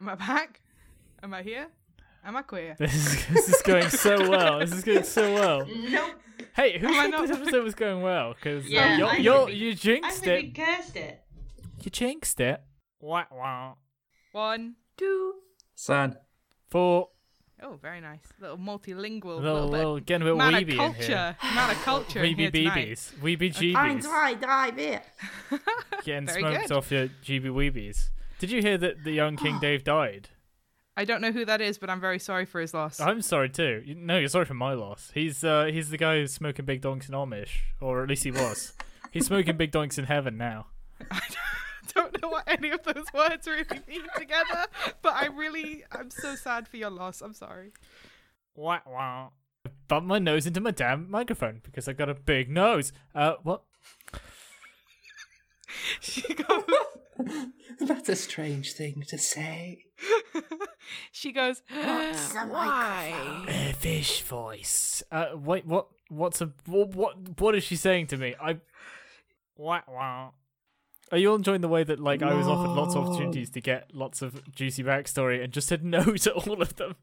Am I back? Am I here? Am I queer? This is, this is going so well. This is going so well. Nope. Hey, who Am Oh, I said not- this episode was going well? Because Yeah, you I'm you gonna be- you I jinxed think we it. cursed it. You jinxed it. Wah, wah. One, two. Sad. For Oh, very nice. Little multilingual. little, little, bit. little getting a bit Man of weeby in here. culture. Man of culture. in Weeby here tonight. beebies. Weeby Ein, jeebies. zwei, drei, vier. Getting Very smoked good. off your GB weebies. Did you hear that the young King Dave died? I don't know who that is, but I'm very sorry for his loss. I'm sorry too. You- No, you're sorry for my loss. He's uh he's the guy who's smoking big donks in Amish, or at least he was. he's smoking big donks in heaven now. don't know what any of those words really mean together, but I really, I'm so sad for your loss. I'm sorry. Wah, wah. I bumped my nose into my damn microphone because I got a big nose. Uh, what? She goes, That's a strange thing to say. she goes, the why? A Uh, fish voice. Uh, wait, what? What's a what? What, what is she saying to me? I. Wah, wah. Are you all enjoying the way that like I was offered lots of opportunities to get lots of juicy backstory and just said no to all of them?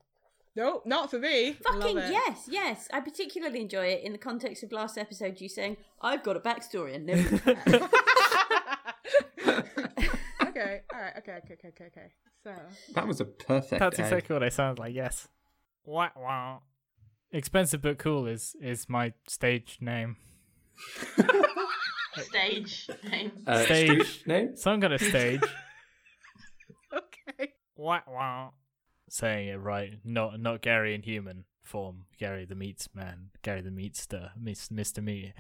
Nope, not for me. Fucking Love it. yes, yes. I particularly enjoy it in the context of last episode. You saying I've got a backstory and never had." Okay, all right, okay, okay, okay, okay, okay. So, That was a perfect. That's egg. exactly what I sound like. Yes. Wah, wah. Expensive but cool is is my stage name. Stage name. Uh, Stage. street name? So I'm gonna stage. okay. wah, wah. Saying it right, not not Gary in human form. Gary the meats man. Gary the meatster. Miss Mr. Meat.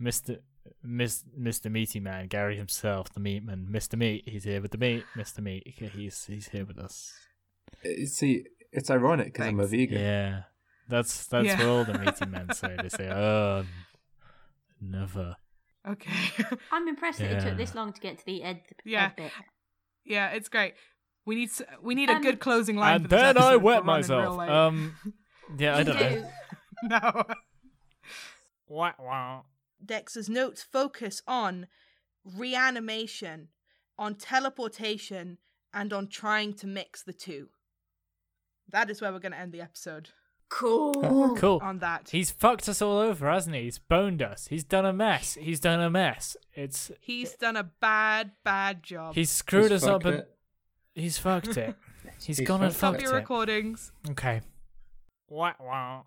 Mr. Miss, Mr. Meaty Man, Gary himself, the meat man, Mr. Meat, he's here with the meat, Mr. Meat, he's he's here with us. Uh, See, it's ironic because I'm a vegan. Yeah, that's that's Yeah. what all the meaty men say. They say, "Oh, never." Okay. I'm impressed that it Yeah. took this long to get to the Ed, Yeah. Ed bit. yeah, it's great. We need s- we need a Um, good closing line. and for this then I episode. wet We're running real myself. late. Um, yeah, I You don't know. no. Wah, wah. Dexter's notes focus on reanimation, on teleportation, and on trying to mix the two. That is where we're going to end the episode. Cool. Cool. On that, He's fucked us all over, hasn't he? He's boned us. He's done a mess. He's done a mess. It's he's done a bad, bad job. he's screwed Just us up fucked and it. he's fucked it. He's He's gone and fucked Stop fucked it. your it. recordings. Okay. Wah, wah.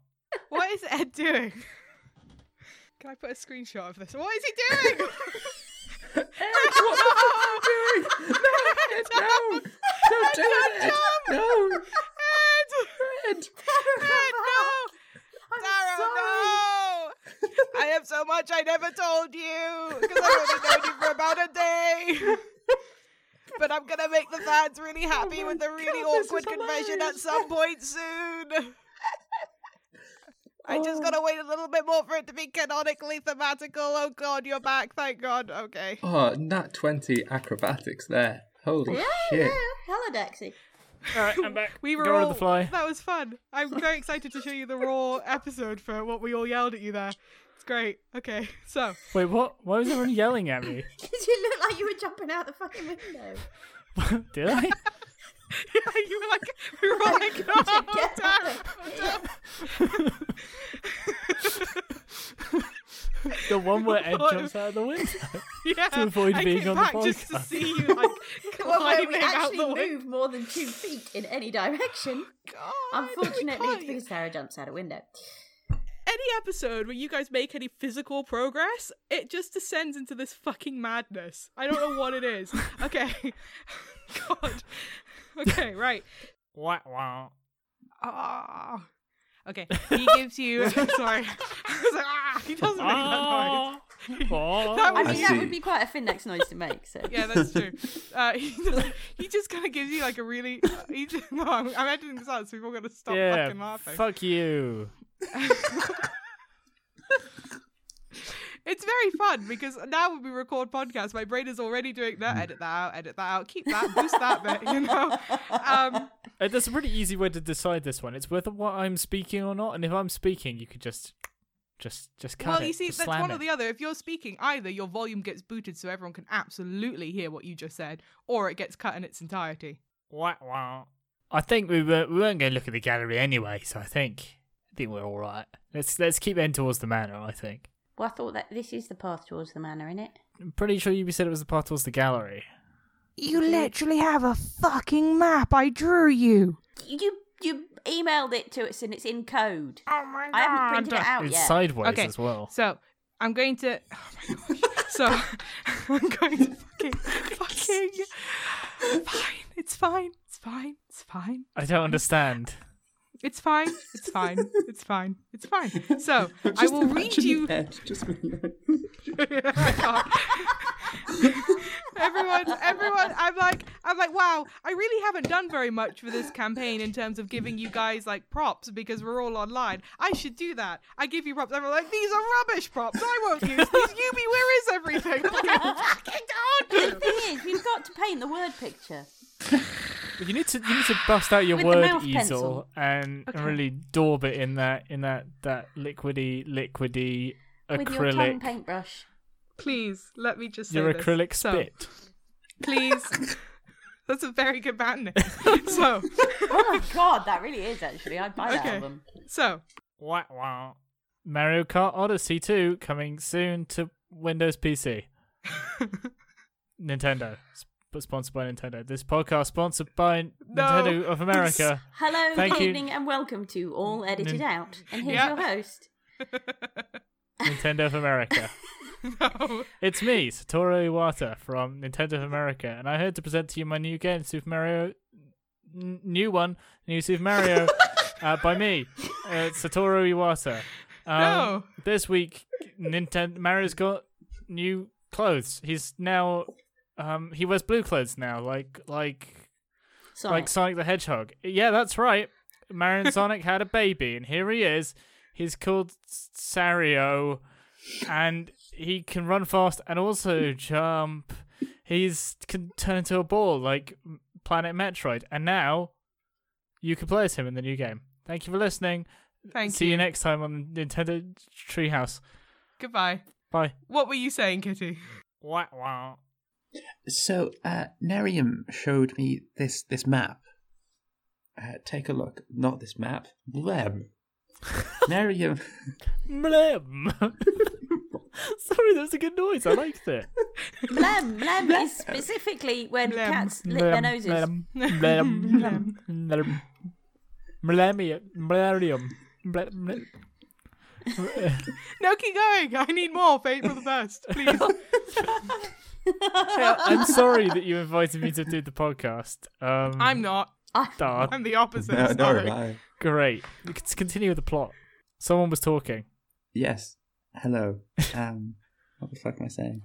What is Ed doing? Can I put a screenshot of this? What is he doing? what the fuck are you doing? No, Ed, no. Don't do it, Ed. No. Ed! Ed! no! Sarah, no! I have so much I never told you because I've only known you for about a day. But I'm gonna make the fans really happy with a really awkward confession at some point soon. I just gotta wait a little bit more for it to be canonically thematical. Oh god, you're back! Thank God. Okay. Oh, nat 20 acrobatics there. Holy Yeah, shit. yeah. Hello, Dexy. All right, I'm back. We were Go all on the fly. That was fun. I'm very excited to show you the raw episode for what we all yelled at you there. It's great. Okay, so Wait, what? Why was everyone yelling at me? Did you look like you were jumping out the fucking window? Did I? yeah, you were like, we were all like, oh, Get damn. out of The one where Ed What? jumps out of the window. yeah. to avoid I being came on the back just to podcast. see you like Well, where climbing we out actually the window. move more than two feet in any direction. God, Unfortunately, we it's can't- because Sarah jumps out a window. any episode where you guys make any physical progress, it just descends into this fucking madness. I don't know what it is. Okay, God. Okay, right. Wah, wah. Ah. Okay. He gives you. sorry. I was like, ah. He doesn't make that Ah. Ah. That I was- mean, see. that would be quite a Finnex noise to make. So noise. Yeah, that's true. Uh, he, just, he just kind of gives you like a really. uh, He just, no, I'm, I'm editing this out, so people are gonna stop yeah, fucking laughing. fuck you. It's very fun because now when we record podcasts, my brain is already doing that. Edit that out. Edit that out. Keep that. Boost that bit. You know. Um, Uh, There's a pretty easy way to decide this one. It's whether what I'm speaking or not, and if I'm speaking, you could just, just, just cut well, it. you see, just that's slam one it. or the other. If you're speaking, either your volume gets booted so everyone can absolutely hear what you just said, or it gets cut in its entirety. Wah, wah. I think we were we weren't going to look at the gallery anyway, so I think I think we're all right. Let's let's keep heading towards the manor. I think. Well, I thought that this is the path towards the manor, isn't it? I'm pretty sure you said it was the path towards the gallery. You literally have a fucking map. I drew you. You you emailed it to us and it's in code. Oh my I haven't printed it out It's yet. sideways Oh, Okay. as well. So I'm going to. Oh my gosh. so I'm going to fucking fucking. Fine. It's fine. It's fine. It's fine. I don't understand. It's fine. It's fine. It's fine. It's fine. So I Just will read imagine you. Ed just being like, I can't. everyone, everyone. I'm like, I'm like, wow. I really haven't done very much for this campaign in terms of giving you guys like props because we're all online. I should do that. I give you props. Everyone like, these are rubbish props. I won't use these. Yubi, where is everything? the thing is, we've got to paint the word picture. You need to you need to bust out your With the word mouth easel pencil. and, and Okay. really daub it in that in that that liquidy liquidy With your tongue acrylic paintbrush. Please let me just say your this. acrylic So, spit. please. That's a very good band name. So, Oh my god, that really is actually. I'd buy that Okay. album. so Wah, wah. Mario Kart Odyssey 2 coming soon to Windows PC. Nintendo. Sp- sponsored by Nintendo. This podcast sponsored by Nintendo of America. Hello, Thank good you. evening, and welcome to All Edited Nin- Out. And here's Yeah. your host. Nintendo of America. no. It's me, Satoru Iwata from Nintendo of America, and I'm here to present to you my new game, Super Mario. N- new one, New Super Mario, uh, by me, uh, Satoru Iwata. Um, No. This week, Nintendo Mario's got new clothes. He's now, um, he wears blue clothes now, like like Sonic. like Sonic the Hedgehog. Yeah, that's right. Mario and Sonic had a baby, and here he is. He's called S- Sario, and he can run fast and also jump. He's can turn into a ball like M- Planet Metroid, and now you can play as him in the new game. Thank you for listening. Thank See you. next time on Nintendo Treehouse. Goodbye. Bye. What were you saying, Kitty? Wah, wah. So, uh, Nerium showed me this this map. Uh, take a look. Not this map. Blem. Nerium. Blem. Sorry, that was a good noise. I liked it. Blem, blem is specifically when Blem. cats lick their noses. Blem, blem, blem, blem, blem, blem, blem. No, keep going. I need more. Fate for the best, please. Uh, I'm sorry that you invited me to do the podcast. Um, I'm not. ah, I'm the opposite. No, nor Sorry. am I. great. Let's continue with the plot. Someone was talking. Yes. Hello. Um, what the fuck am I saying?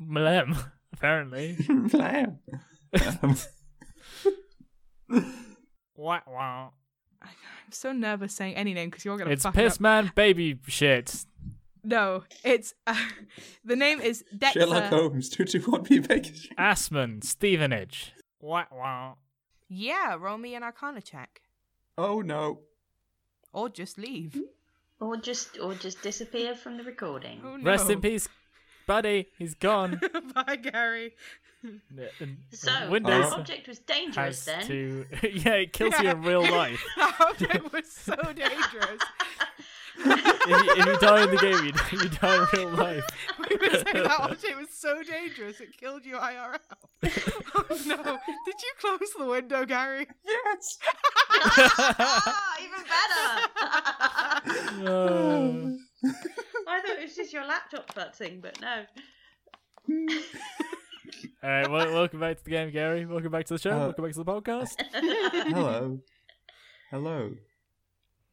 Blem, apparently. Blem. Um, Wah, wah. I'm so nervous saying any name because you're gonna It's fuck it piss up. man baby shit. No, it's uh, the name is Dexa. Sherlock Holmes. Two two one B Baker Street. Assman Stevenage. Wah, wah. Yeah, roll me an Arcana check, Oh no. or just leave. Or just or just disappear from the recording. Oh, no. Rest in peace, buddy. He's gone. Uh, Bye, Gary. So Windows. that object was dangerous has then. to yeah it kills you in real life That object was so dangerous. if you, if you die in the game you, you die in real life We were saying that object was so dangerous it killed you IRL. oh no! Did you close the window, Gary? Yes. Ah, even better. Uh, I thought it was just your laptop futzing, but no. all right well, welcome back to the game gary welcome back to the show Uh, welcome back to the podcast Hello. Hello.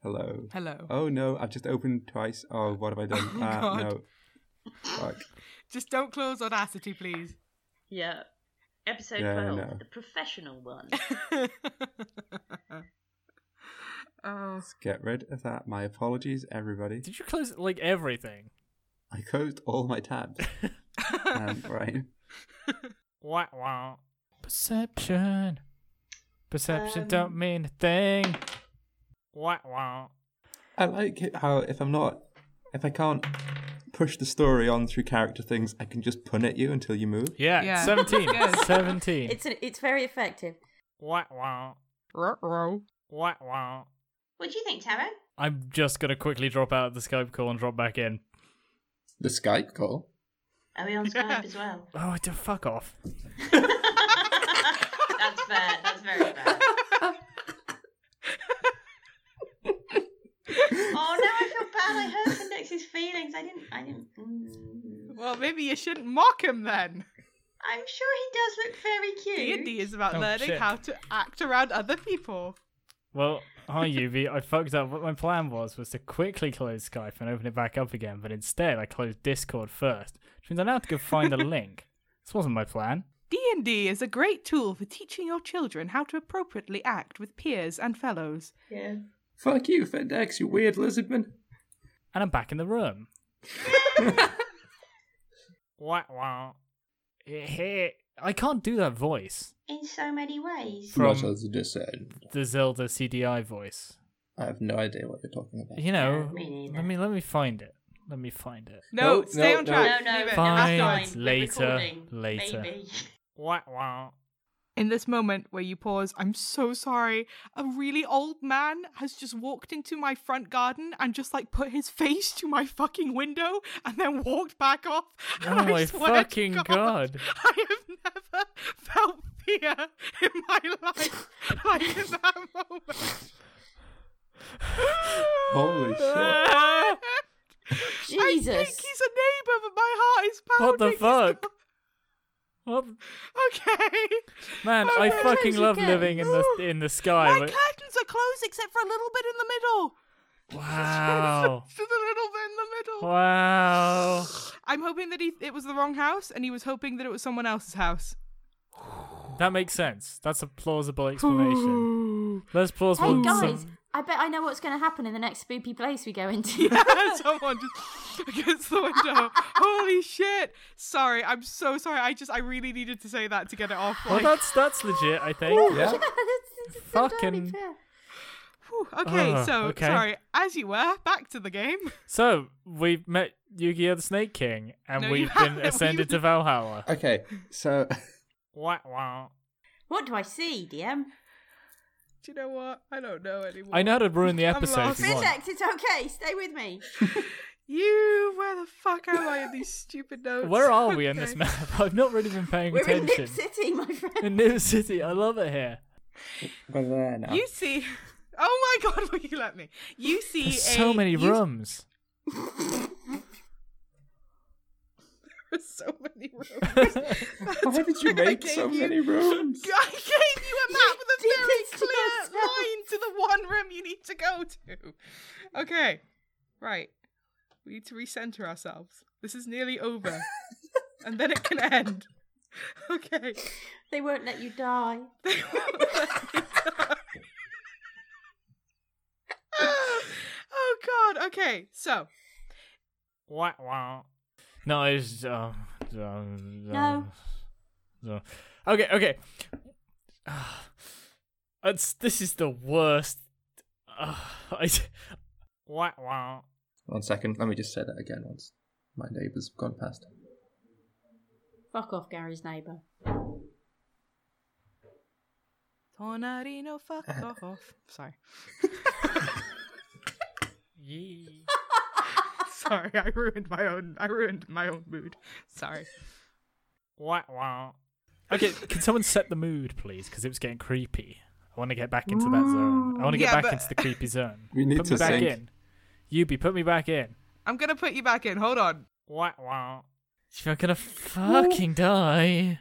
Hello. Hello. Oh no, I've just opened twice. Oh, what have I done? my ah, God. no. Fuck. Just don't close Audacity, please. Yeah. Episode Yeah, I 12, know. the professional one. oh. Let's get rid of that. My apologies, everybody. did you close like everything I closed all my tabs. um, right. wah, wah. perception perception don't mean a thing wah, wah. I like it how if I'm not, if I can't push the story on through character things, I can just pun at you until you move. yeah, Yeah. 17 Good. 17 It's, a, it's very effective. Wah wah. Ruh-roh. Wah wah. What do you think, Taro? I'm just gonna quickly drop out of the Skype call and drop back in. The Skype call. Are we on Skype as well? Oh, I do fuck off. That's fair. That's very fair. Oh, now I feel bad. I hurt Fendix's feelings. I didn't. I didn't. mm. Well, maybe you shouldn't mock him then. I'm sure he does look very cute. D&D is about Oh, learning shit. how to act around other people. Well, hi Yubi. I fucked up. What my plan was was to quickly close Skype and open it back up again, but instead I closed Discord first, which means I now have to go find the link. This wasn't my plan. D&D is a great tool for teaching your children how to appropriately act with peers and fellows. Yeah. Fuck you, Fendex, you weird lizard man. And I'm back in the room. wah wah. Eh, I can't do that voice. In so many ways. From- What has you just said? The Zelda CDI voice. I have no idea what you're talking about. You know, me neither. let me let me find it. Let me find it. No, No, stay no, on no. No, track. no, Leave no, it. that's Fine. fine. We're Later, recording, later. Maybe. Wah wah. In this moment where you pause, I'm so sorry. A really old man has just walked into my front garden and just like put his face to my fucking window and then walked back off. Oh And I my swear to fucking God, God. I have never felt fear in my life like in that moment. Holy shit. I think Jesus. he's a neighbour, but my heart is pounding. What the He's fuck? not- What? Okay. Man, Oh, I where fucking is it love going? living in the in the sky. my but- curtains are closed except for a little bit in the middle. Wow. Just a little bit in the middle. Wow. I'm hoping that he it was the wrong house, and he was hoping that it was someone else's house. That makes sense. That's a plausible explanation. That's plausible. Hey guys, some- I bet I know what's going to happen in the next spooky place we go into. someone just against the window. Holy shit! Sorry, I'm so sorry. I just I really needed to say that to get it off. well, like- that's that's legit. I think. It's- Yeah. it's entirely Fucking- fair. Whew, okay, Ugh, so Ah, okay. sorry. As you were, back to the game. So we met Yu-Gi-Oh! the Snake King, and No, you we've haven't. been We- ascended to Valhalla. Okay, so Wah, wah. What do I see, DM? Do you know what? I don't know anymore. I know how to ruin the I'm episode. lost. if you want. Physics, it's okay. Stay with me. You, where the fuck am I in these stupid notes? Where are we in this Okay. map? I've not really been paying We're in attention. Nip City, my friend. in Nip City, I love it here. we're there now. You see. Oh my god, will you let me? You see There's a, so many you rooms. There's so many rooms. Why did you make so gave you- many rooms? I gave you a map with a did very this to clear yourself. line to the one room you need to go to. Okay, right. We need to recenter ourselves. This is nearly over, and then it can end. Okay. They won't let you die. oh God. Okay. So Wah, wah. No, it's uh, um, No. no. Okay, okay. Ah, It's, this is the worst. Uh, I, wah, wah. One second, let me just say that again once. My neighbours have gone past. Fuck off, Gary's neighbour. Tornadino, fuck off. Sorry. Yee. Sorry, I ruined my own. I ruined my own mood. Sorry. Wah, wah. Okay, can someone set the mood, please? Because it was getting creepy. I want to get back into that zone. I want to get Mm, Yeah, back but- into the creepy zone. We need put to me back sync. in. Yubi, put me back in. I'm gonna put you back in. Hold on. Wah, wah. You're gonna fucking die.